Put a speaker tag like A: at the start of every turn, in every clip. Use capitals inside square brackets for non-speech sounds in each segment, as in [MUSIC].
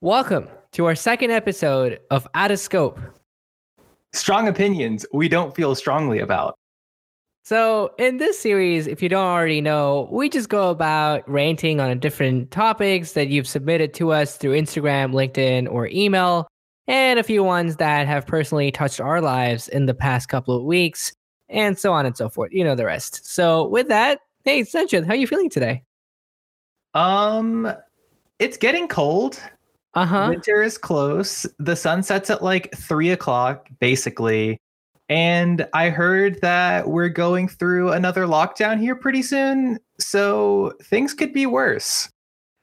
A: Welcome to our second episode of Out of Scope.
B: Strong opinions we don't feel strongly about.
A: So, in this series, if you don't already know, we just go about ranting on different topics that you've submitted to us through Instagram, LinkedIn, or email, and a few ones that have personally touched our lives in the past couple of weeks, and so on and so forth. You know the rest. So, with that, hey, Sanchit, how are you feeling today?
B: Um, it's getting cold.
A: Uh huh.
B: Winter is close. The sun sets at like three o'clock, basically. And I heard that we're going through another lockdown here pretty soon. So things could be worse.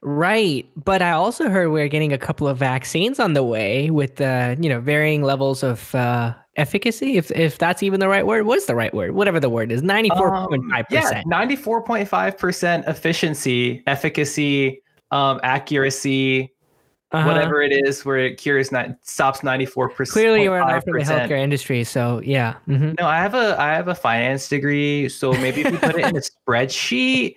A: Right, but I also heard we're getting a couple of vaccines on the way with uh, you know varying levels of uh, efficacy. If if that's even the right word, what is the right word? Whatever the word is, ninety four point five
B: Um, Yeah,
A: percent.
B: 94.5% efficiency, efficacy, um, accuracy,
A: Uh-huh.
B: whatever it is where it cures, not, stops 94%.
A: Clearly, we're not from the healthcare industry, so yeah. hmm
B: No, I have a I have a finance degree, so maybe if you put
A: [LAUGHS]
B: it in a spreadsheet,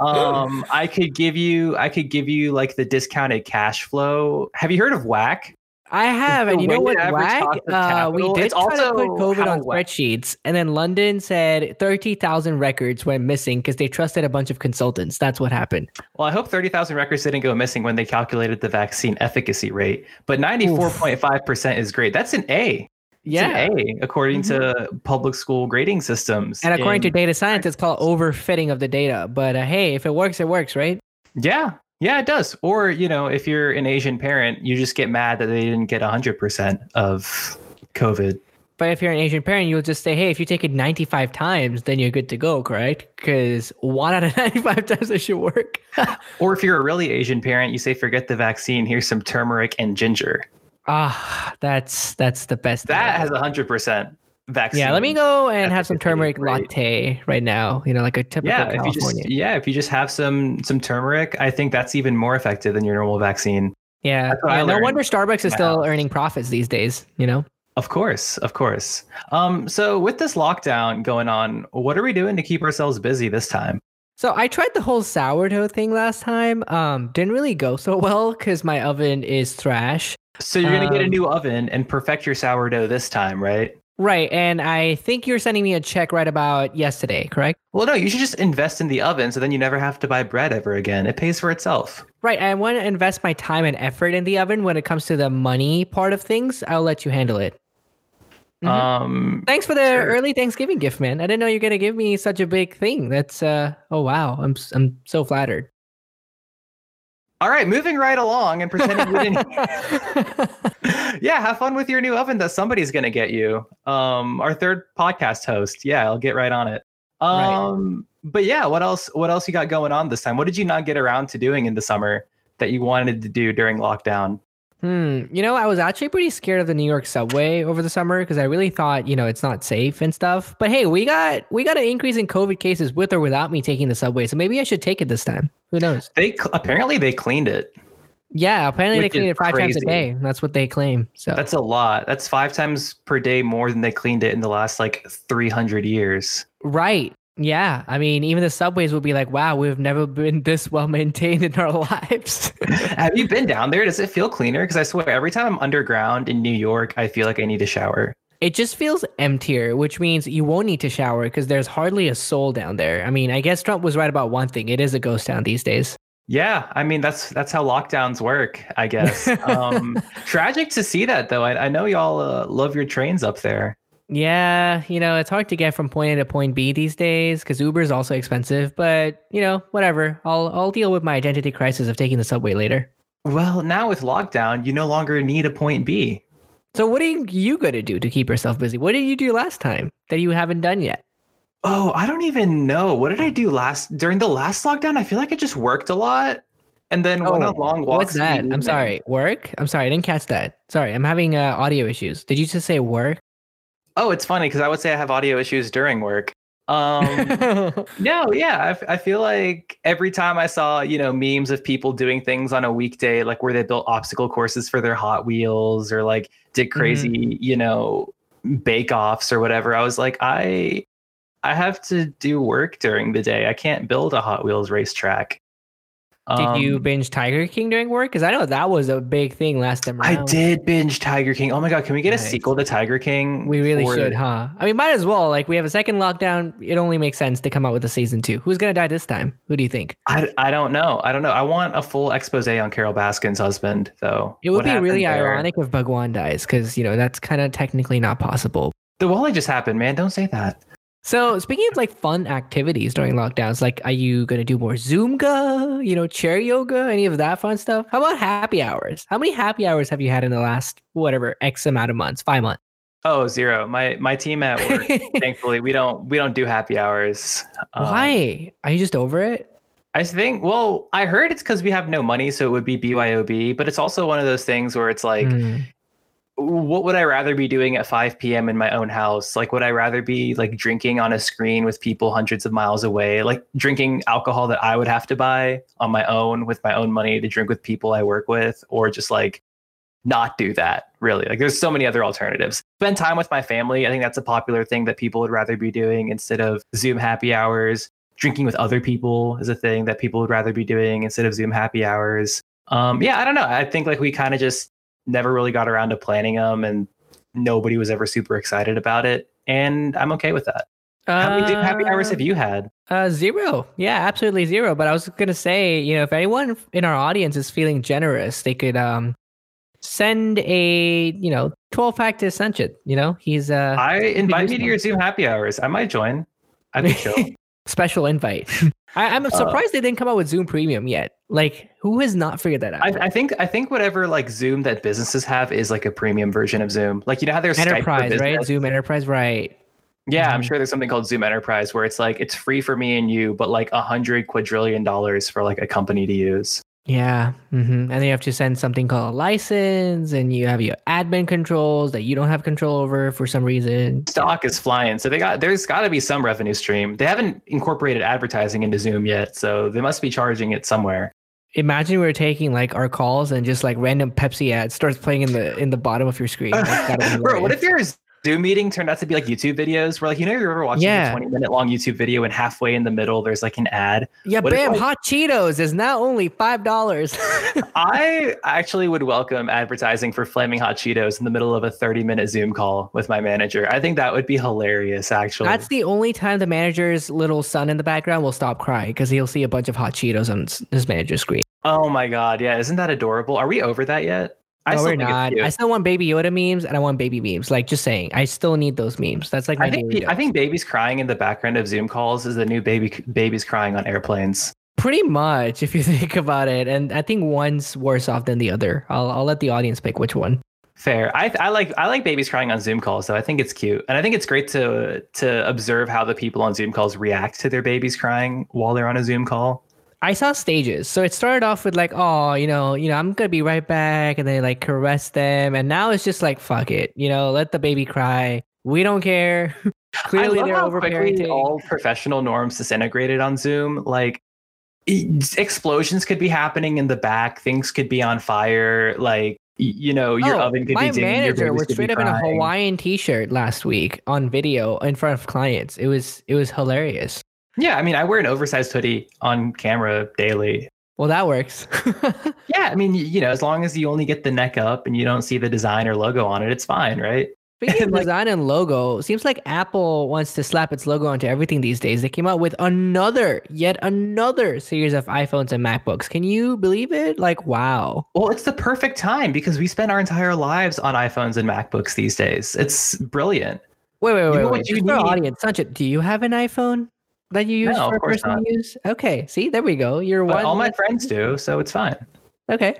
B: um, I could give you I could give you like the discounted cash flow. Have you heard of WAC?
A: I have,
B: the
A: and you know what?
B: weighted average
A: Wag,
B: cost of
A: uh, we
B: capital.
A: did
B: It's
A: try to put
B: also
A: COVID
B: how
A: on
B: whack.
A: spreadsheets, and then London said thirty thousand records went missing because they trusted a bunch of consultants. That's what happened.
B: Well, I hope thirty thousand records didn't go missing when they calculated the vaccine efficacy rate, but ninety four point five percent is great. That's an A. It's
A: Yeah, Mm-hmm.
B: an A according to public school grading systems.
A: And according to
B: in-
A: data science, it's called overfitting of the data. But uh, hey, if it works, it works, right?
B: yeah, yeah, it does. Or you know, if you're an Asian parent, you just get mad that they didn't get hundred percent of COVID.
A: But if you're an Asian parent, you'll just say, hey, if you take it 95 times, then you're good to go, correct? Because one out of [LAUGHS] 95 times it should work.
B: Or if you're a really Asian parent, you say, forget the vaccine, here's some turmeric and ginger.
A: Ah, that's that's the best. thing
B: That
A: ever.
B: has 100% vaccine.
A: yeah, let me go and have some
B: efficacy,
A: turmeric
B: right.
A: latte right now. You know, like a typical
B: Yeah, if you
A: California.
B: just yeah, if you just have some some turmeric, I think that's even more effective than your normal vaccine.
A: yeah,
B: that's what I
A: yeah, no
B: learned
A: wonder Starbucks is
B: my
A: still
B: house.
A: earning profits these days. You know,
B: Of course, of course. Um, so with this lockdown going on, what are we doing to keep ourselves busy this time?
A: So I tried the whole sourdough thing last time. Um, didn't really go so [LAUGHS] well because my oven is thrash.
B: So you're gonna get a
A: Um,
B: new oven and perfect your sourdough this time, right?
A: Right, and I think you're sending me a check right about yesterday, correct?
B: Well, no, you should just invest in the oven, so then you never have to buy bread ever again. It pays for itself.
A: Right, I want to invest my time and effort in the oven. When it comes to the money part of things, I'll let you handle it. Mhm.
B: Um,
A: Thanks for the
B: Sure.
A: early Thanksgiving gift, man. I didn't know you're gonna give me such a big thing. That's uh, oh wow, I'm s- I'm so flattered. [LAUGHS]
B: all right, moving right along and pretending we
A: [LAUGHS]
B: didn't [LAUGHS] yeah, have fun with your new oven that somebody's gonna get you. Um, our third podcast host. Yeah, I'll get right on it.
A: Right.
B: Um, but yeah, what else? What else you got going on this time? What did you not get around to doing in the summer that you wanted to do during lockdown?
A: Hmm. You know, I was actually pretty scared of the New York subway over the summer because I really thought, you know, it's not safe and stuff. But hey, we got we got an increase in COVID cases with or without me taking the subway, so maybe I should take it this time. Who knows?
B: They cl- apparently they cleaned it.
A: Yeah, apparently they
B: Which is
A: clean it five times a
B: crazy.
A: day. That's what they claim. So
B: That's a lot. That's five times per day more than they cleaned it in the last like three
A: [LAUGHS]
B: hundred years.
A: right. Yeah, I mean, even the subways will be like, "Wow, we've never been [LAUGHS] this well maintained in our [LAUGHS] lives."
B: Have you been down there? Does it feel cleaner? Because I swear, every time I'm underground in New York, I feel like I need a shower.
A: It just feels emptier, which means you won't need to shower because there's hardly a soul down there. I mean, I guess Trump was right about one thing. It is a ghost town these days.
B: Yeah, I mean that's that's how lockdowns work,
A: [LAUGHS]
B: I guess. Um, tragic to see that though. I, I know y'all uh, love your trains up there.
A: Yeah, you know, it's hard to get from point A to point B these days because Uber is also expensive, but you know, whatever. I'll I'll deal with my identity crisis of taking the subway later.
B: Well, now with lockdown, you no longer need a point B.
A: So what are you- you going to do to keep yourself busy? What did you do last time that you haven't done yet?
B: Oh, I don't even know. What did I do last during the last lockdown? I feel like I just worked a lot and then went
A: Oh,
B: on long walks.
A: What's
B: in the
A: that? I'm
B: evening.
A: sorry. Work? I'm sorry. I didn't catch that. Sorry. I'm having uh, audio issues. Did you just say
B: [LAUGHS]
A: work?
B: Oh, it's funny because I would say I have audio issues during work. Um, No, yeah, I f- I, feel like every time I saw you know memes of people doing things on a weekday, like where they built obstacle courses for their Hot Wheels or like did crazy
A: Mm-hmm.
B: you know bake offs or whatever, I was like, I I have to do work during the day. I can't build a Hot Wheels racetrack.
A: Did
B: Um,
A: you binge Tiger King during work? Because I know that was a big thing last time
B: I
A: around.
B: did binge Tiger King. Oh my god, can we get a
A: Nice.
B: sequel to Tiger King?
A: We really
B: for-
A: should, huh? I mean, might as well. Like, we have a second lockdown. It only makes sense to come out with a season two. Who's gonna die this time? Who do you think?
B: I, I don't know. I don't know. I want a full expose on Carol Baskin's husband, though.
A: It would
B: What
A: be really
B: happened there?
A: ironic if Bhagwan dies, because you know that's kind of technically not possible.
B: The Wally just happened, man. Don't say that.
A: So speaking of like fun activities during lockdowns, like are you gonna do more Zoomga, you know, chair yoga, any of that fun stuff? How about happy hours? How many happy hours have you had in the last whatever X amount of months, five months?
B: Oh, zero. My my team at [LAUGHS] work.
A: [LAUGHS]
B: thankfully, we don't we don't do happy hours. Um,
A: Why? Are you just over it?
B: I think. Well, I heard it's because we have no money, so it would be BYOB. But it's also one of those things where it's like,
A: Hmm.
B: what would I rather be doing at 5 p.m. in my own house? Like, would I rather be like drinking on a screen with people hundreds of miles away, like drinking alcohol that I would have to buy on my own with my own money to drink with people I work with, or just like not do that really? Like, there's so many other alternatives. Spend time with my family. I think that's a popular thing that people would rather be doing instead of Zoom happy hours. Drinking with other people is a thing that people would rather be doing instead of Zoom happy hours. Um, yeah, I don't know. I think like we kind of just never really got around to planning them and nobody was ever super excited about it and i'm okay with that how many do- happy hours have you had
A: Uh, zero. Yeah, absolutely zero. But I was gonna say, you know, if anyone in our audience is feeling generous, they could um send a you know twelve pack to Sanchit. You know, he's uh,
B: i invite
A: use
B: me to
A: them.
B: your zoom happy hours i might join i think so
A: [LAUGHS] special invite. I, I'm surprised they didn't come out with Zoom Premium yet. Like, who has not figured that out?
B: I, I think i think whatever like zoom that businesses have is like a premium version of zoom like you know how there's Skype for
A: Enterprise, right?
B: business?
A: Zoom Enterprise, right?
B: yeah i'm
A: Mhm.
B: sure there's something called zoom enterprise where it's like it's free for me and you but like a hundred quadrillion dollars for like a company to use
A: Yeah. hmm And then you have to send something called a license, and you have your admin controls that you don't have control over for some reason.
B: stock is flying so they got there's got to be some revenue stream they haven't incorporated advertising into zoom yet so they must be charging it somewhere
A: Imagine we are taking like our calls and just like random Pepsi ad starts playing in the in the bottom of your screen. Like,
B: [LAUGHS]
A: that'll be
B: Bro, what
A: hilarious.
B: if your Zoom meeting turned out to be like YouTube videos where like you know you're ever watching
A: Yeah.
B: a 20 minute long YouTube video and halfway in the middle there's like an ad.
A: yeah,
B: what if
A: bam!
B: I-
A: Hot Cheetos is now only five dollars. [LAUGHS]
B: I actually would welcome advertising for flaming hot Cheetos in the middle of a 30 minute Zoom call with my manager. I think that would be hilarious actually.
A: That's the only time the manager's little son in the background will stop crying because he'll see a bunch of hot Cheetos on s- his manager's screen.
B: oh my god, yeah, isn't that adorable? Are we over that yet?
A: No,
B: still
A: Oh, we're
B: think it's
A: not.
B: cute.
A: I still want Baby Yoda memes and I want baby memes. Like, just saying, I still need those memes. That's like my
B: I think
A: daily
B: pe- I
A: dose.
B: think babies crying in the background of Zoom calls is the new baby babies crying on airplanes.
A: pretty much [LAUGHS] if you think about it. And I think one's worse off than the other. I'll I'll let the audience pick which one.
B: Fair. I, I like I like babies crying on Zoom calls, so I think it's cute, and I think it's great to to observe how the people on Zoom calls react to their babies crying while they're on a Zoom call.
A: I saw stages. So it started off with like, oh, you know, you know, I'm gonna be right back, and they like caress them, and now it's just like, fuck it, you know, let the baby cry. We don't care. [LAUGHS] Clearly,
B: I love
A: they're
B: how
A: over
B: quickly
A: parenting.
B: all professional norms disintegrated on Zoom. Like e- explosions could be happening in the back, things could be on fire. Like y- you know, your
A: Oh,
B: oven could
A: my
B: be dimming.
A: manager
B: your babies
A: was
B: could be
A: straight up in a
B: crying.
A: Hawaiian t-shirt last week on video in front of clients. It was it was hilarious.
B: Yeah, I mean, I wear an oversized hoodie on camera daily.
A: Well, that works. [LAUGHS]
B: Yeah, I mean, y- you know, as long as you only get the neck up and you don't see the design or logo on it, it's fine, right?
A: Speaking of
B: [LAUGHS] Like-
A: design and logo, seems like Apple wants to slap its logo onto everything these days. They came out with another, yet another series of iPhones and MacBooks. Can you believe it? Like, wow.
B: Well, it's the perfect time because we spend our entire lives on iPhones and MacBooks these days. It's brilliant.
A: Wait, wait,
B: You
A: wait.
B: know
A: wait.
B: what you
A: Just for our
B: need-
A: audience, Sanjit, do you have an iPhone that you use
B: No, of
A: for
B: course
A: personal
B: not.
A: use? Okay, see, there we go. You're
B: But
A: one.
B: all my
A: less-
B: friends do, so it's fine.
A: okay.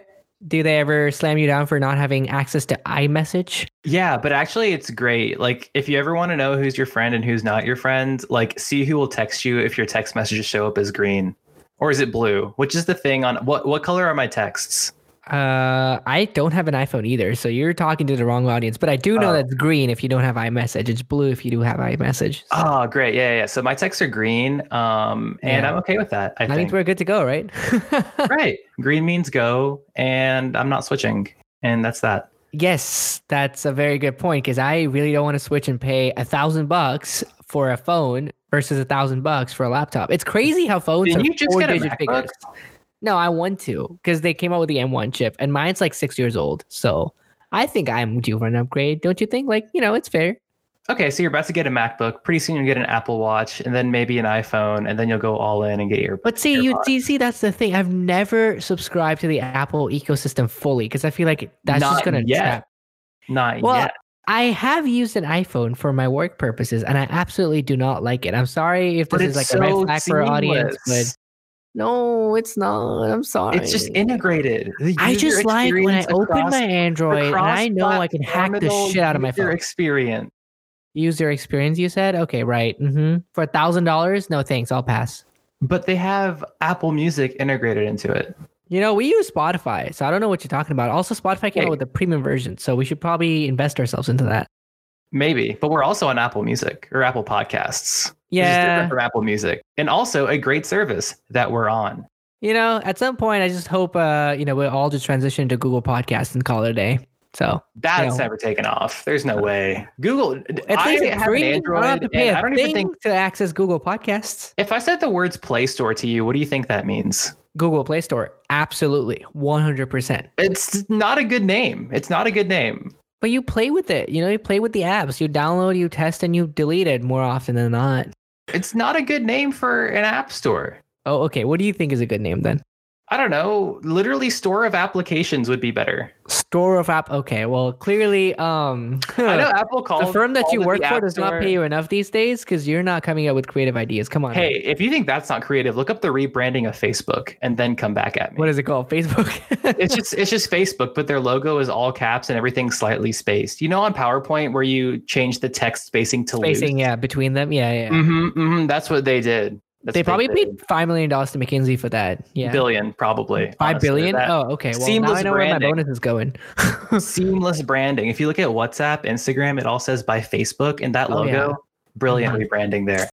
A: Do they ever slam you down for not having access to iMessage?
B: Yeah, but actually, it's great. Like, if you ever want to know who's your friend and who's not your friend, like, see who will text you if your text messages show up as green or is it blue? Which is the thing on what what color are my texts?
A: Uh, I don't have an iPhone either, so you're talking to the wrong audience. But I do know
B: Oh.
A: that's green if you don't have iMessage. It's blue if you do have iMessage. So-
B: Oh, great. Yeah, yeah, yeah. So my texts are green, um, and
A: Yeah.
B: I'm okay with that. I
A: That means
B: think.
A: we're good to go, right? [LAUGHS]
B: right. Green means go, and I'm not switching, and that's that.
A: yes, that's a very good point because I really don't want to switch and pay a thousand bucks for a phone versus a thousand bucks for a laptop. It's crazy how phones
B: Did
A: are
B: you just
A: four
B: get a
A: digit
B: MacBook?
A: figures. No, I want to because they came out with the M1 chip, and mine's like six years old. So I think I'm due for an upgrade. Don't you think? Like, you know, it's fair.
B: Okay, so you're about to get a MacBook. Pretty soon you'll get an Apple Watch, and then maybe an iPhone, and then you'll go all in and get your.
A: But see, you, you see, that's the thing. I've never subscribed to the Apple ecosystem fully because I feel like that's
B: Not
A: just gonna
B: yet.
A: trap.
B: Not
A: Well,
B: yet.
A: I have used an iPhone for my work purposes, and I absolutely do not like it. I'm sorry if this
B: But
A: is
B: it's
A: like
B: so
A: a red flag for our audience, but
B: seamless.
A: no, it's not. I'm sorry.
B: it's just integrated. The
A: I
B: user
A: just like when I
B: experience
A: open
B: across
A: my Android and I know I can hack the
B: cross-platform
A: shit out of my
B: user
A: phone.
B: experience.
A: User experience, you said? Okay, right. hmm For a thousand dollars? No, thanks. I'll pass.
B: But they have Apple Music integrated into it.
A: You know, we use Spotify, so I don't know what you're talking about. Also, Spotify came
B: Hey.
A: out with a premium version, so we should probably invest ourselves into that.
B: Maybe, but we're also on Apple Music or Apple Podcasts. which is
A: Yeah.
B: different from Apple Music, and also a great service that we're on.
A: You know, at some point, I just hope, uh, you know, we'll all just transition to Google Podcasts and call it a day. So
B: That's
A: Yeah.
B: never taken off. There's no way. Google.
A: at
B: I
A: least
B: have
A: it's free.
B: an
A: I
B: Android.
A: don't have to pay
B: and
A: a
B: I don't
A: thing
B: even think.
A: to access Google Podcasts.
B: If I said the words Play Store to you, what do you think that means?
A: Google Play Store, absolutely, one hundred percent.
B: It's not a good name. It's not a good name.
A: But you play with it. You know, you play with the apps. You download, you test, and you delete it more often than not.
B: It's not a good name for an app store.
A: Oh, okay. What do you think is a good name then?
B: I don't know. Literally, store of applications would be better.
A: Store of app. Okay. Well, clearly, um, [LAUGHS]
B: I know Apple calls
A: the firm that you
B: called it
A: work
B: the
A: for
B: App
A: does not
B: Store.
A: pay you enough these days because you're not coming up with creative ideas. Come on. man.
B: Hey, if you think that's not creative, look up the rebranding of Facebook and then come back at me.
A: what is it called? [LAUGHS] Facebook.
B: it's just it's just Facebook, but their logo is all caps and everything slightly spaced. You know, on PowerPoint where you change the text spacing to
A: Spacing,
B: Loose?
A: yeah, between them. Yeah, yeah. yeah.
B: hmm hmm that's what they did. That's
A: they
B: what
A: probably
B: did.
A: paid five million dollars to McKinsey for that. Yeah.
B: billion, probably
A: Five
B: honestly.
A: billion?
B: That-
A: Oh, okay. Well, now
B: Seamless
A: I know where
B: branding.
A: my bonus is going.
B: Seamless branding. If you look at WhatsApp, Instagram, it all says by Facebook, and that
A: Oh,
B: logo,
A: yeah. Uh-huh.
B: brilliant rebranding there.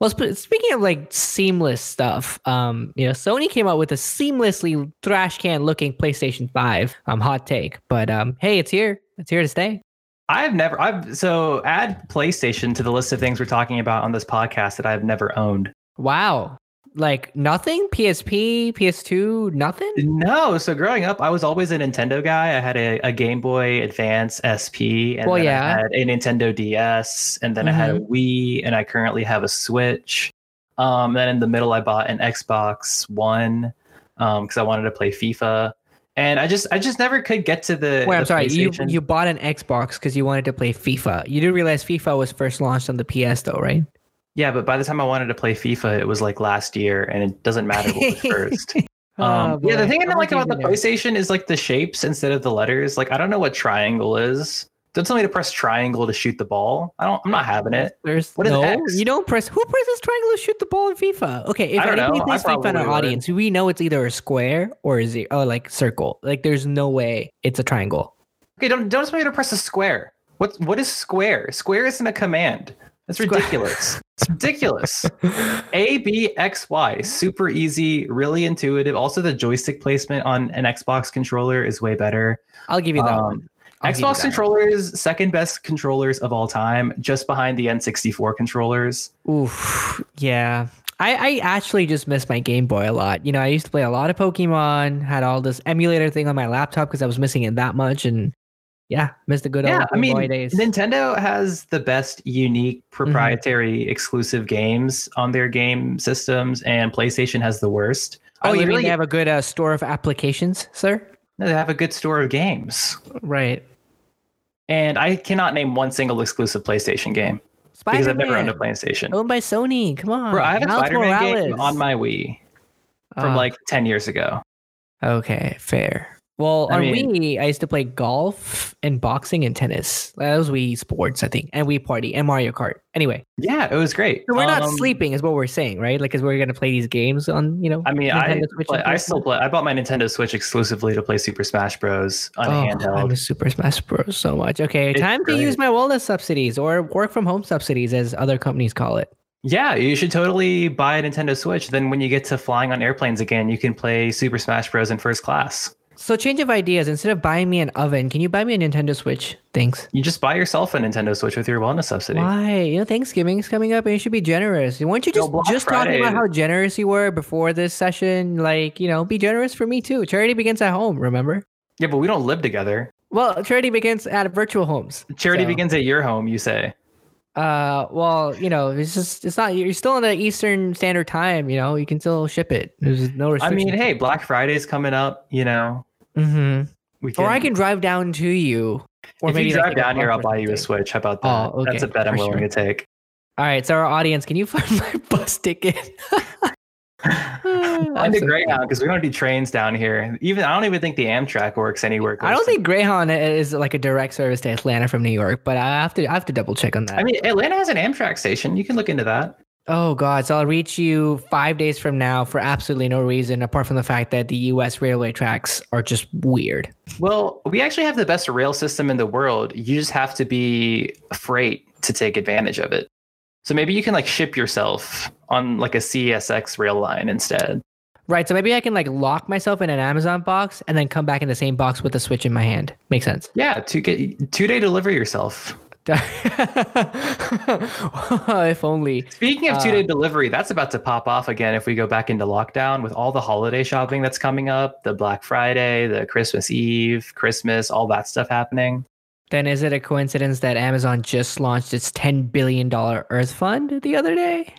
A: Well, sp- speaking of like seamless stuff, um, you know, Sony came out with a seamlessly trash can looking PlayStation Five. Um, hot take, but um, hey, it's here. It's here to stay.
B: I've never. I've so add PlayStation to the list of things we're talking about on this podcast that I've never owned.
A: Wow, like nothing. PSP, PS2, nothing.
B: No, so growing up, I was always a Nintendo guy. I had a, a Game Boy Advance SP, and
A: Well,
B: then
A: yeah. Mm-hmm.
B: I had a Nintendo DS, and then I had a Wii, and I currently have a Switch. Um, then in the middle, I bought an Xbox One because I wanted to play FIFA, and I just I just never could get to the.
A: Wait, I'm
B: the
A: sorry. You
B: PlayStation.
A: you bought an Xbox because you wanted to play FIFA. You do realize FIFA was first launched on the PS though, right?
B: yeah, but by the time I wanted to play FIFA, it was like last year, and it doesn't matter what
A: [LAUGHS]
B: was first. Um,
A: Oh,
B: yeah, the
A: boy.
B: thing I
A: I'm
B: don't like
A: with
B: about the
A: you there.
B: PlayStation is like the shapes instead of the letters. Like I don't know what triangle is. Don't tell me to press triangle to shoot the ball. I don't. I'm not having it.
A: There's
B: What is
A: no,
B: X?
A: you don't press. Who presses triangle to shoot the ball in FIFA? Okay, if
B: I don't know.
A: anybody
B: I
A: thinks FIFA in
B: probably
A: our
B: would.
A: audience, we know it's either a square or a zero, or like circle. Like there's no way it's a
B: [LAUGHS]
A: triangle.
B: Okay, don't don't tell me to press a square. What what is square? Square isn't a command. That's
A: Square.
B: ridiculous.
A: [LAUGHS]
B: it's ridiculous. A B X Y. Super easy. Really intuitive. Also, the joystick placement on an Xbox controller is way better.
A: I'll give you that
B: Um,
A: one. I'll give you that
B: Xbox
A: one.
B: controllers, second best controllers of all time, just behind the N64 controllers.
A: Oof, yeah. I, I actually just miss my Game Boy a lot. You know, I used to play a lot of Pokemon, had all this emulator thing on my laptop because I was missing it that much, and yeah, missed the good old Game
B: I mean,
A: Boy days.
B: Nintendo has the best unique
A: Mm-hmm.
B: proprietary exclusive games on their game systems, and PlayStation has the worst. I
A: oh, you mean
B: literally-
A: they have a good uh, store of applications, sir?
B: no, they have a good store of games,
A: Right.
B: and I cannot name one single exclusive PlayStation game because I've never owned a
A: Spider-Man.
B: PlayStation.
A: Owned by Sony. Come on.
B: Bro, I have a
A: Miles
B: Spider-Man game
A: Morales.
B: on my Wii from
A: Ah,
B: like ten years ago.
A: Okay, fair. Well,
B: I
A: on
B: mean-
A: Wii, I used to play golf and boxing and tennis. That was Wii Sports, I think, and Wii Party and Mario Kart. Anyway,
B: Yeah, it was great.
A: so we're not
B: Um,
A: sleeping, is what we're saying, right? Like, because we're gonna play these games on, you know.
B: I mean, I
A: Nintendo Switch
B: play,
A: and
B: I
A: PS4.
B: still play. I bought my Nintendo Switch exclusively to play Super Smash Bros. on a
A: Oh, I
B: handheld.
A: miss Super Smash Bros. so much. Okay,
B: It's
A: time to
B: great.
A: use my wellness subsidies or work from home subsidies, as other companies call it.
B: Yeah, you should totally buy a Nintendo Switch. Then when you get to flying on airplanes again, you can play Super Smash Bros. in first class.
A: So change of ideas. Instead of buying me an oven, can you buy me a Nintendo Switch? Thanks.
B: You just buy yourself a Nintendo Switch with your wellness subsidy.
A: Why? You know, Thanksgiving's coming up and you should be generous. Weren't you
B: Yo,
A: just
B: Black
A: just talking about
B: Friday.
A: how generous you were before this session? Like, you know, be generous for me too. Charity begins at home, remember?
B: Yeah, but we don't live together.
A: Well, charity begins at virtual homes.
B: Charity
A: So,
B: begins at your home, you say.
A: Uh, well, you know, it's just it's not you're still in the Eastern Standard Time. You know, you can still ship it. There's no
B: I
A: restrictions.
B: mean, hey, Black Friday's coming up, you know.
A: hmm
B: We can,
A: or I can drive down to you. Or
B: if you
A: like,
B: drive
A: hit a
B: down here,
A: bump
B: I'll
A: or
B: buy you a
A: something.
B: Switch. How about that?
A: Oh,
B: That's a
A: okay,
B: bet I'm
A: for
B: willing
A: sure.
B: to
A: [LAUGHS]
B: take.
A: All right, so our audience, can you [LAUGHS] find my bus ticket?
B: [LAUGHS] Find a
A: so
B: Greyhound because we don't do trains down here. Even I don't even think the Amtrak works anywhere.
A: I don't
B: close to-
A: think Greyhound is like a direct service to Atlanta from New York, but I have to I have to double check on that.
B: I mean, Atlanta has an Amtrak station. You can look into that.
A: oh god, so I'll reach you five days from now for absolutely no reason apart from the fact that the U.S. railway tracks are just weird.
B: Well, we actually have the best rail system in the world. You just have to be freight to take advantage of it. So maybe you can like ship yourself on like a CSX rail line instead.
A: Right, so maybe I can like lock myself in an Amazon box and then come back in the same box with a switch in my hand. Makes sense. [LAUGHS]
B: Yeah, to get two day deliver yourself.
A: if only.
B: Speaking of
A: Uh,
B: two day delivery, that's about to pop off again if we go back into lockdown with all the holiday shopping that's coming up, the Black Friday, the Christmas Eve, Christmas, all that stuff happening.
A: Then is it a coincidence that Amazon just launched its ten billion dollar Earth Fund the other day?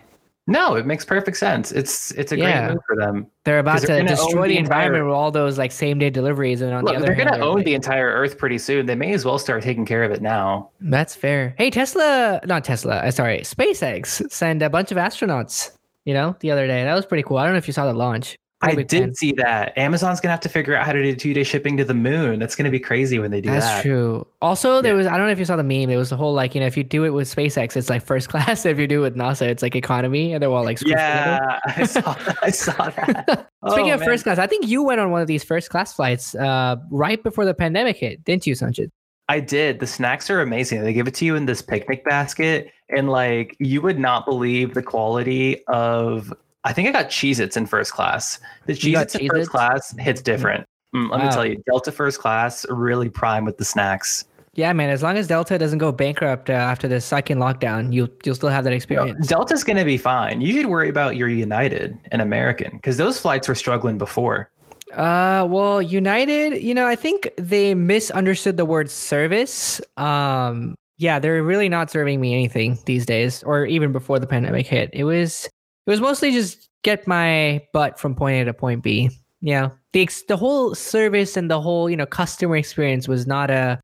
B: No, it makes perfect sense. It's it's a
A: Yeah.
B: great move for them.
A: They're about
B: 'Cause they're
A: to
B: gonna own
A: destroy
B: the
A: the environment
B: entire-
A: with all those like same day deliveries, and on the
B: Look,
A: other
B: they're
A: hand,
B: going to
A: they're
B: own
A: like-
B: the entire Earth pretty soon. They may as well start taking care of it now.
A: That's fair. Hey, Tesla, not Tesla. uh, Sorry, SpaceX sent a bunch of astronauts. You know, the other day that was pretty cool. I don't know if you saw the launch.
B: I
A: Pretty big
B: did
A: fan.
B: see that. Amazon's going to have to figure out how to do two day shipping to the moon. That's going to be crazy when they do
A: That's
B: that.
A: true. Also, there
B: Yeah.
A: was I don't know if you saw the meme. It was the whole like you know if you do it with SpaceX, it's like first [LAUGHS] class. If you do it with NASA, it's like economy, and they're all like squished together.
B: Yeah, [LAUGHS] I saw that.
A: [LAUGHS]
B: I saw that.
A: Speaking
B: Oh,
A: of
B: man.
A: first class, I think you went on one of these first class flights uh, right before the pandemic hit, didn't you, Sanjit?
B: I did. The snacks are amazing. They give it to you in this picnic basket. And like you would not believe the quality of I think I got Cheez Its in first class. The
A: You
B: Cheez
A: got
B: Its in
A: Cheez-Its?
B: first class hits different. Mm, let
A: Wow.
B: me tell you, Delta first class really prime with the snacks.
A: Yeah, man. As long as Delta doesn't go bankrupt uh, after the second lockdown, you'll you'll still have that
B: You know,
A: experience.
B: Delta's gonna be fine. You should worry about your United and American because those flights were struggling before.
A: Uh, well, United, you know, I think they misunderstood the word service. Um, yeah, they're really not serving me anything these days, or even before the pandemic hit. It was it was mostly just get my butt from point A to point B. Yeah, the ex- the whole service and the whole you know customer experience was not a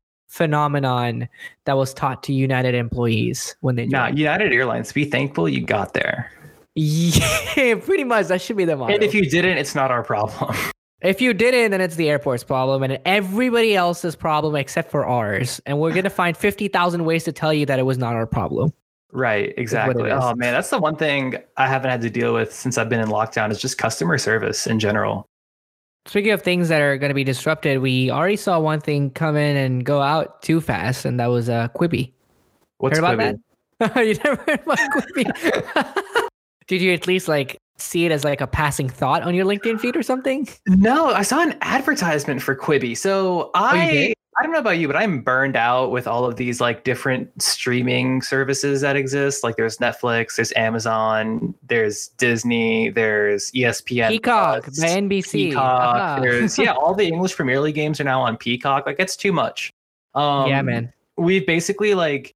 A: phenomenon that was taught to United employees when they
B: Nah,
A: joined.
B: United Airlines, be thankful you got there.
A: Yeah, [LAUGHS] pretty much. That should be the motto.
B: And if you didn't, it's not our problem. [LAUGHS]
A: If you didn't, then it's the airport's problem and everybody else's problem except for ours. And we're going to
B: [SIGHS]
A: find 50,000 ways to tell you that it was not our problem.
B: Right, exactly.
A: is.
B: Oh man, that's the one thing I haven't had to deal with since I've been in lockdown is just customer service in general.
A: Speaking of things that are going to be disrupted, we already saw one thing come in and go out too fast, and that was uh, Quibi. [LAUGHS]
B: What's
A: heard about
B: Quibi?
A: that? you never heard about Quibi? [LAUGHS] Did you at least like see it as like a passing thought on your LinkedIn feed or something?
B: No, I saw an advertisement for Quibi. So I
A: Oh, did?
B: I don't know about you, but I'm burned out with all of these like different streaming services that exist. Like there's Netflix, there's Amazon, there's Disney, there's E ESPN.
A: Peacock
B: Plus,
A: by NBC.
B: Peacock.
A: Aha. [LAUGHS]
B: There's yeah, all the English Premier League games are now on Peacock. Like it's too much. Um,
A: yeah, man.
B: we've basically like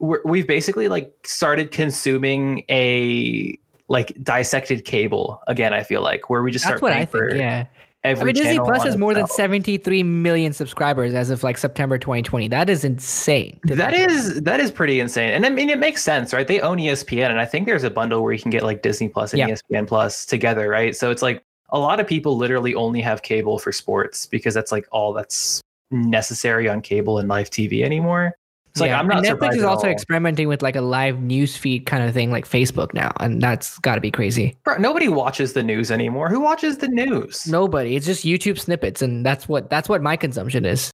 B: we're, we've basically like started consuming a like dissected cable again. I feel like where we just
A: That's
B: start
A: what I
B: paying
A: think.
B: for
A: Yeah. I
B: every
A: mean, Disney
B: channel
A: Plus
B: on
A: has more than
B: itself.
A: 73 million subscribers as of like September 2020. That is insane. to
B: That
A: think.
B: is that is pretty insane, and I mean it makes sense, right? They own E ESPN, and I think there's a bundle where you can get like Disney Plus and E
A: Yeah.
B: ESPN Plus together, right? So it's like a lot of people literally only have cable for sports because that's like all that's necessary on cable and live TV anymore. It's like
A: Yeah.
B: I'm not
A: And Netflix
B: surprised
A: is
B: at
A: also
B: all.
A: experimenting with like a live news feed kind of thing, like Facebook now, and that's got to be crazy.
B: Bro, nobody watches the news anymore. Who watches the news?
A: Nobody. It's just YouTube snippets, and that's what that's what my consumption is.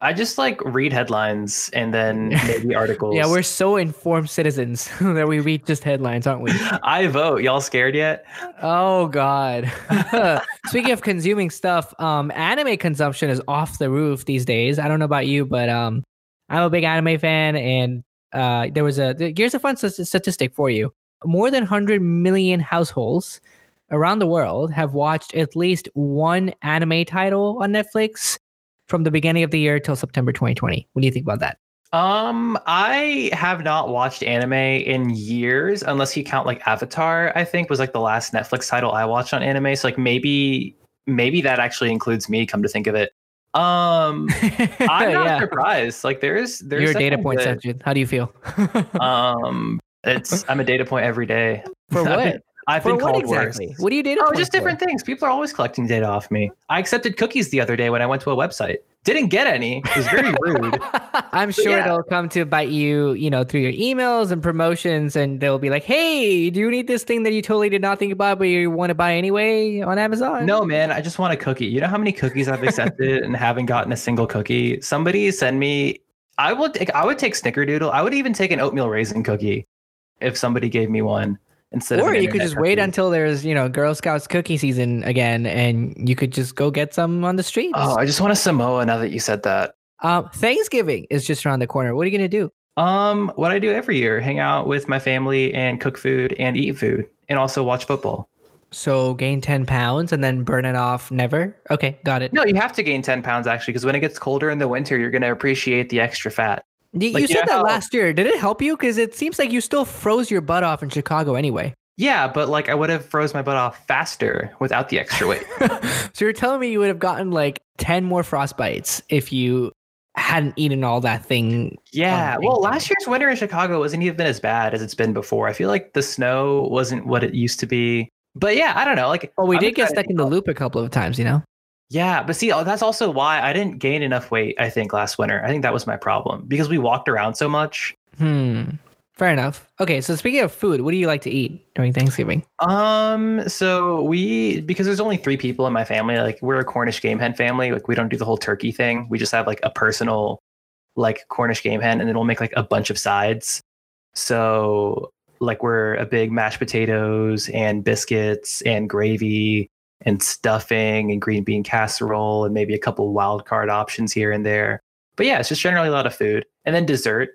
B: I just like read headlines
A: [LAUGHS]
B: and then maybe articles.
A: Yeah, we're so informed citizens [LAUGHS] that we read just headlines, aren't we?
B: [LAUGHS] I vote. Y'all scared yet?
A: Oh God. [LAUGHS] Speaking of consuming stuff, um, anime consumption is off the roof these days. I don't know about you, but um, I'm a big anime fan, and uh, there was a th- here's a fun st- statistic for you: more than 100 million households around the world have watched at least one anime title on Netflix from the beginning of the year till September 2020. What do you think about that?
B: Um, I have not watched anime in years, unless you count like Avatar. I think was like the last Netflix title I watched on anime. So like maybe maybe that actually includes me. Come to think of it,
A: [LAUGHS]
B: um, [LAUGHS] I'm not
A: Yeah.
B: surprised. Like there's there's
A: Your data
B: definitely
A: point,
B: good-
A: Sajid. How do you feel? [LAUGHS]
B: Um, it's I'm a data point every day.
A: For
B: [LAUGHS] I've
A: what?
B: been- I've
A: For
B: been
A: what
B: called
A: exactly?
B: worse.
A: What do you data?
B: Oh,
A: point
B: just
A: for?
B: different things. People are always collecting data off me. I accepted cookies the other day when I went to a website. Didn't get any. It
A: [LAUGHS]
B: was very rude.
A: I'm sure
B: [LAUGHS] yeah.
A: it'll come to bite you, you know, through your emails and promotions, and they'll be like, "Hey, do you need this thing that you totally did not think about, but you want to buy anyway on Amazon?"
B: No, man, I just want a cookie. You know how many cookies I've accepted and haven't gotten a single cookie? Somebody send me. I will. Take, I would take Snickerdoodle. I would even take an oatmeal raisin cookie if somebody gave me one instead. of
A: Or
B: an
A: you could
B: internet
A: just wait
B: cookie.
A: until there's, you know, Girl Scouts cookie season again, and you could just go get some on the streets.
B: Oh, I just want a Samoa now that you said that.
A: Um, Thanksgiving is just around the corner. What are you gonna do?
B: Um, what I do every year: hang out with my family and cook food and eat food, and also watch football.
A: So gain ten pounds and then burn it off. Never. Okay, got it.
B: No, you have to gain ten pounds actually, because when it gets colder in the winter, you're gonna appreciate the extra fat.
A: Y-
B: like,
A: you
B: you
A: said
B: know
A: that
B: how-
A: last year. Did it help you? Because it seems like you still froze your butt off in Chicago anyway.
B: Yeah, but like I would have froze my butt off faster without the extra weight.
A: [LAUGHS] so you're telling me you would have gotten like 10 more frostbites if you hadn't eaten all that thing
B: Yeah. Well,
A: Thanksgiving.
B: last year's winter in Chicago wasn't even as bad as it's been before. I feel like the snow wasn't what it used to be. But yeah, I don't know. Like,
A: well we
B: I'm
A: did get
B: excited.
A: stuck in the loop a couple of times you know
B: Yeah, but see, oh, that's also why I didn't gain enough weight. I think last winter, I think that was my problem because we walked around so much.
A: hmm fair enough okay so speaking of food what do you like to eat during thanksgiving
B: Um, so we because there's only three people in my family. Like, we're a Cornish game hen family. Like, we don't do the whole turkey thing. We just have like a personal, like Cornish game hen, and then we'll make like a bunch of sides. So like we're a big mashed potatoes and biscuits and gravy and stuffing and green bean casserole and maybe a couple wild card options here and there. But yeah, it's just generally a lot of food. And then dessert.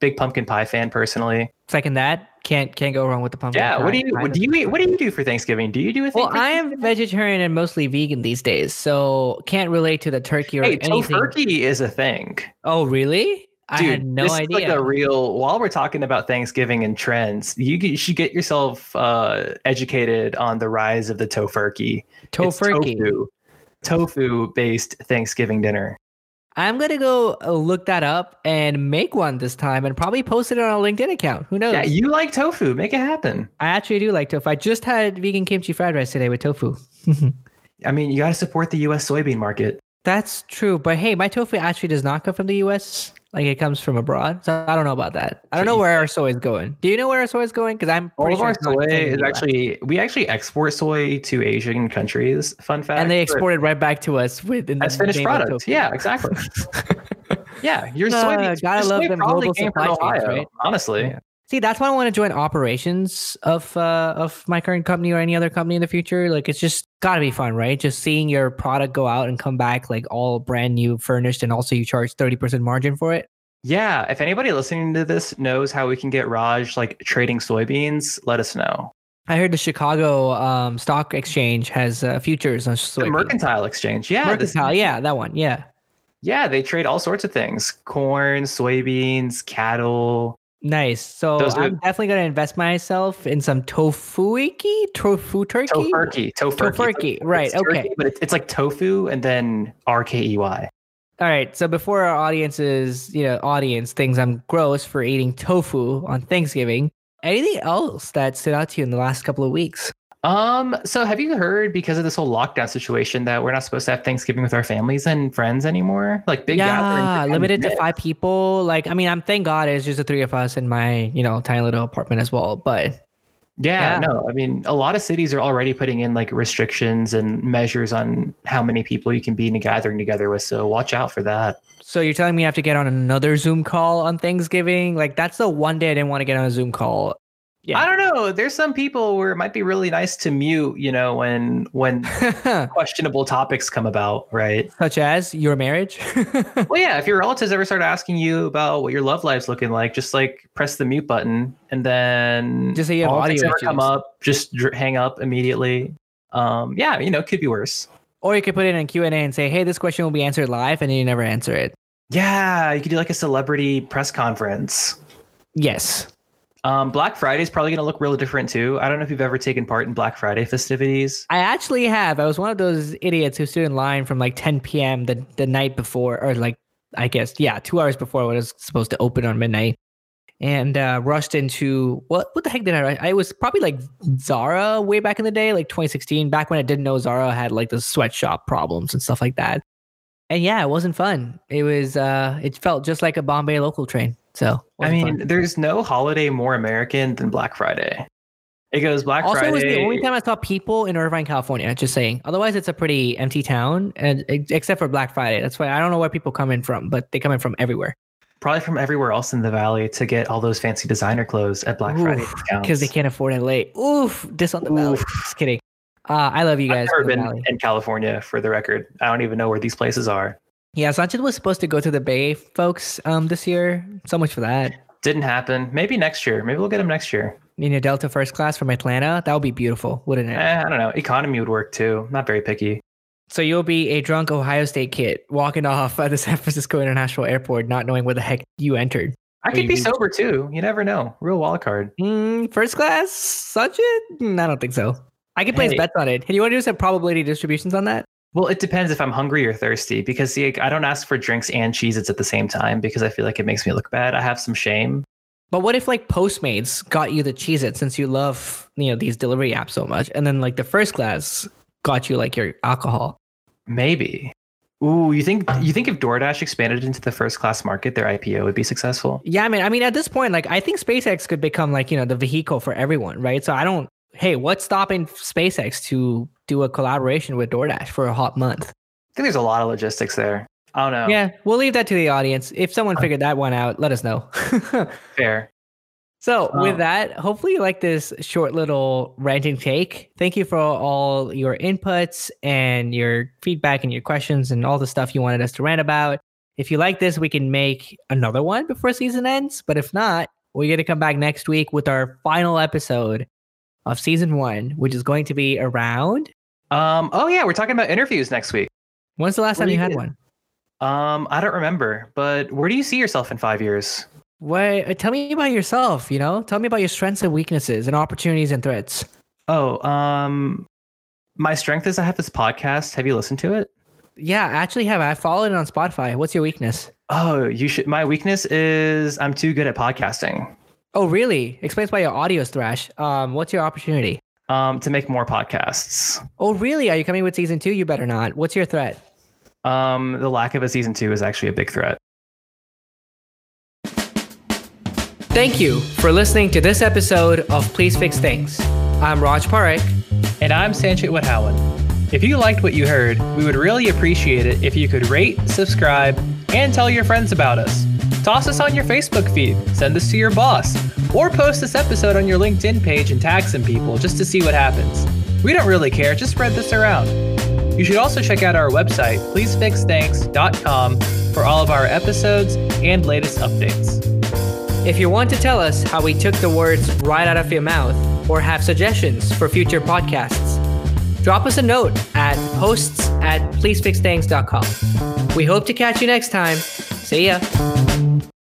B: Big pumpkin pie fan personally.
A: second that can't can't go wrong with the pumpkin
B: Yeah. What
A: pie-
B: do you
A: pie.
B: what do you eat? What do you do for Thanksgiving? Do you do a thing?
A: well
B: for
A: i am vegetarian and mostly vegan these days so can't relate to the turkey or
B: Hey,
A: anything
B: tofurkey is a thing. Dude,
A: oh really i had no
B: this
A: idea
B: Is like a real. While we're talking about Thanksgiving and trends, you, g- you should get yourself uh, educated on the rise of the tofurkey. It's
A: tofurkey
B: tofu, based Thanksgiving dinner.
A: I'm gonna go uh, look that up and make one this time, and probably post it on our LinkedIn account. Who knows?
B: Yeah, you like tofu? Make it happen.
A: I actually do like tofu. I just had vegan kimchi fried rice today with tofu.
B: I mean, you got to support the U.S. soybean market.
A: That's true, but hey, my tofu actually does not come from the U.S. Like it comes from abroad, so I don't know about that. I don't know where our soy is going. Do you know where our soy is going? Because I'm
B: All
A: pretty
B: of
A: sure
B: our
A: it's not
B: soy
A: in the
B: is
A: US.
B: actually we actually export soy to Asian countries. Fun fact.
A: and they
B: but-
A: export it right back to us with in the
B: as finished
A: name of
B: products.
A: tofu.
B: Yeah, exactly. yeah, your
A: Uh,
B: soy.
A: gotta
B: your
A: love
B: soy
A: them
B: probably
A: global
B: came from
A: supply chains,
B: Ohio,
A: right?
B: Honestly,
A: Yeah. See, that's why I want to join operations of uh, of my current company or any other company in the future. Like, it's just gotta be fun, right? Just seeing your product go out and come back like all brand new, furnished, and also you charge thirty percent margin for it.
B: yeah. If anybody listening to this knows how we can get Raj like trading soybeans, let us know.
A: I heard the Chicago um, Stock Exchange has uh, futures on
B: The
A: soybean.
B: Mercantile Exchange. Yeah, this-
A: Mercantile, yeah, that one, yeah.
B: yeah. They trade all sorts of things: corn, soybeans, cattle.
A: Nice. So
B: Those are-
A: I'm definitely gonna invest myself in some tofuiki, tofu turkey,
B: Tofurkey, tofurkey,
A: Tofurkey, right,
B: It's turkey,
A: okay.
B: but it's, it's like tofu and then R K E Y.
A: All right. So before our audience's, you know, audience thinks I'm gross for eating tofu on Thanksgiving, anything else that stood out to you in the last couple of weeks?
B: Um, so have you heard because of this whole lockdown situation that we're not supposed to have Thanksgiving with our families and friends anymore? Like big gatherings are
A: yeah,
B: kind of
A: limited to
B: mixed.
A: five people. Like, I mean, I'm thank God it's just the three of us in my, you know, tiny little apartment as well. But
B: Yeah,
A: Yeah.
B: no, I mean, a lot of cities are already putting in like restrictions and measures on how many people you can be in a gathering together with. So watch out for that.
A: So you're telling me I have to get on another Zoom call on Thanksgiving? Like that's the one day I didn't want to get on a Zoom call. [LAUGHS] Yeah.
B: I don't know. There's some people where it might be really nice to mute, you know, when when [LAUGHS] questionable topics come about, right?
A: Such as your marriage. [LAUGHS]
B: Well, yeah, if your relatives ever start asking you about what your love life's looking like, just like press the mute button and then
A: Just say you have
B: all
A: audio
B: things ever come
A: issues.
B: up, just dr- hang up immediately. Um, yeah, you know, it could be worse.
A: or you could put it in Q and A and say, "Hey, this question will be answered live," and then you never answer it.
B: Yeah, you could do like a celebrity press conference.
A: Yes.
B: Um, Black Friday is probably going to look real different too. I don't know if you've ever taken part in Black Friday festivities.
A: I actually have. I was one of those idiots who stood in line from like 10 p.m. the, the night before, or like, I guess, yeah, two hours before when it was supposed to open on midnight and uh, rushed into what What the heck did I rush? I was probably like Zara way back in the day, like 2016, back when I didn't know Zara had like the sweatshop problems and stuff like that. And yeah, it wasn't fun. It was, uh, it felt just like a Bombay local train. So,
B: I
A: wasn't
B: mean,
A: fun.
B: there's no holiday more American than Black Friday. It goes Black
A: also,
B: Friday.
A: it was the only time I saw people in Irvine, California. Just saying. Otherwise, it's a pretty empty town, and ex- except for Black Friday. That's why I don't know where people come in from, but they come in from everywhere
B: probably from everywhere else in the valley to get all those fancy designer clothes at Black Friday
A: Oof,
B: discounts.
A: because they can't afford LA. Oof, this on the valley.
B: Oof.
A: Just kidding. Uh, I love you guys. for
B: I've never
A: the
B: been
A: valley.
B: in California for the record. I don't even know where these places are.
A: Yeah, Sanchez was supposed to go to the Bay, folks, um, this year. So much for that.
B: Didn't happen. Maybe next year. Maybe we'll get them next year.
A: In your Delta first class from Atlanta, that would be beautiful, wouldn't it?
B: Eh, I don't know. Economy would work too. Not very picky.
A: So you'll be a drunk Ohio State kid walking off [LAUGHS] at the San Francisco International Airport, not knowing where the heck you entered.
B: I
A: Or
B: could
A: you
B: be
A: can-
B: sober too. You never know. Real wild card.
A: Mm, first class, such it? Mm, I don't think so. I can place
B: Hey.
A: bets on it. Hey, you want to do some probability distributions on that?
B: Well, it depends if I'm hungry or thirsty because see, I don't ask for drinks and cheese its at the same time because I feel like it makes me look bad. I have some shame.
A: But what if like Postmates got you the Cheez It since you love, you know, these delivery apps so much? And then like the first class got you like your alcohol.
B: Maybe. Ooh, you think you think if DoorDash expanded into the first class market, their IPO would be successful?
A: Yeah, I mean, I mean, at this point, like I think SpaceX could become like, you know, the vehicle for everyone, right? So I don't hey, what's stopping SpaceX to do a collaboration with DoorDash for a hot month?
B: I think there's a lot of logistics there. I don't know.
A: Yeah, we'll leave that to the audience. If someone figured that one out, let us know. [LAUGHS]
B: Fair.
A: So with
B: Um,
A: that, hopefully you like this short little rant and take. Thank you for all your inputs and your feedback and your questions and all the stuff you wanted us to rant about. If you like this, we can make another one before season ends. But if not, we're going to come back next week with our final episode of season one, which is going to be around.
B: Um, oh yeah, we're talking about interviews next week.
A: When's the last
B: What
A: time
B: do
A: you
B: you
A: had
B: get?
A: one?
B: Um, I don't remember, but where do you see yourself in five years?
A: What? uh, Tell me about yourself. You know, tell me about your strengths and weaknesses and opportunities and threats.
B: Oh, um, my strength is I have this podcast. Have you listened to it?
A: Yeah, I actually have. I followed it on Spotify. What's your weakness?
B: Oh, you should. My weakness is I'm too good at podcasting.
A: Oh, really? Explains why your audio's thrash. Um, what's your opportunity?
B: Um, to make more podcasts.
A: Oh, really? Are you coming with season two? You better not. What's your threat?
B: Um, the lack of a season two is actually a big threat.
A: Thank you for listening to this episode of Please Fix Things. I'm Raj Parekh.
B: And I'm Sanchit Wadhawan. If you liked what you heard, we would really appreciate it if you could rate, subscribe, and tell your friends about us. Toss us on your Facebook feed, send this to your boss, or post this episode on your LinkedIn page and tag some people just to see what happens. We don't really care, just spread this around. You should also check out our website, pleasefixthanks.com, for all of our episodes and latest updates.
A: If you want to tell us how we took the words right out of your mouth or have suggestions for future podcasts, drop us a note at posts at pleasefixthings.com. We hope to catch you next time. See ya.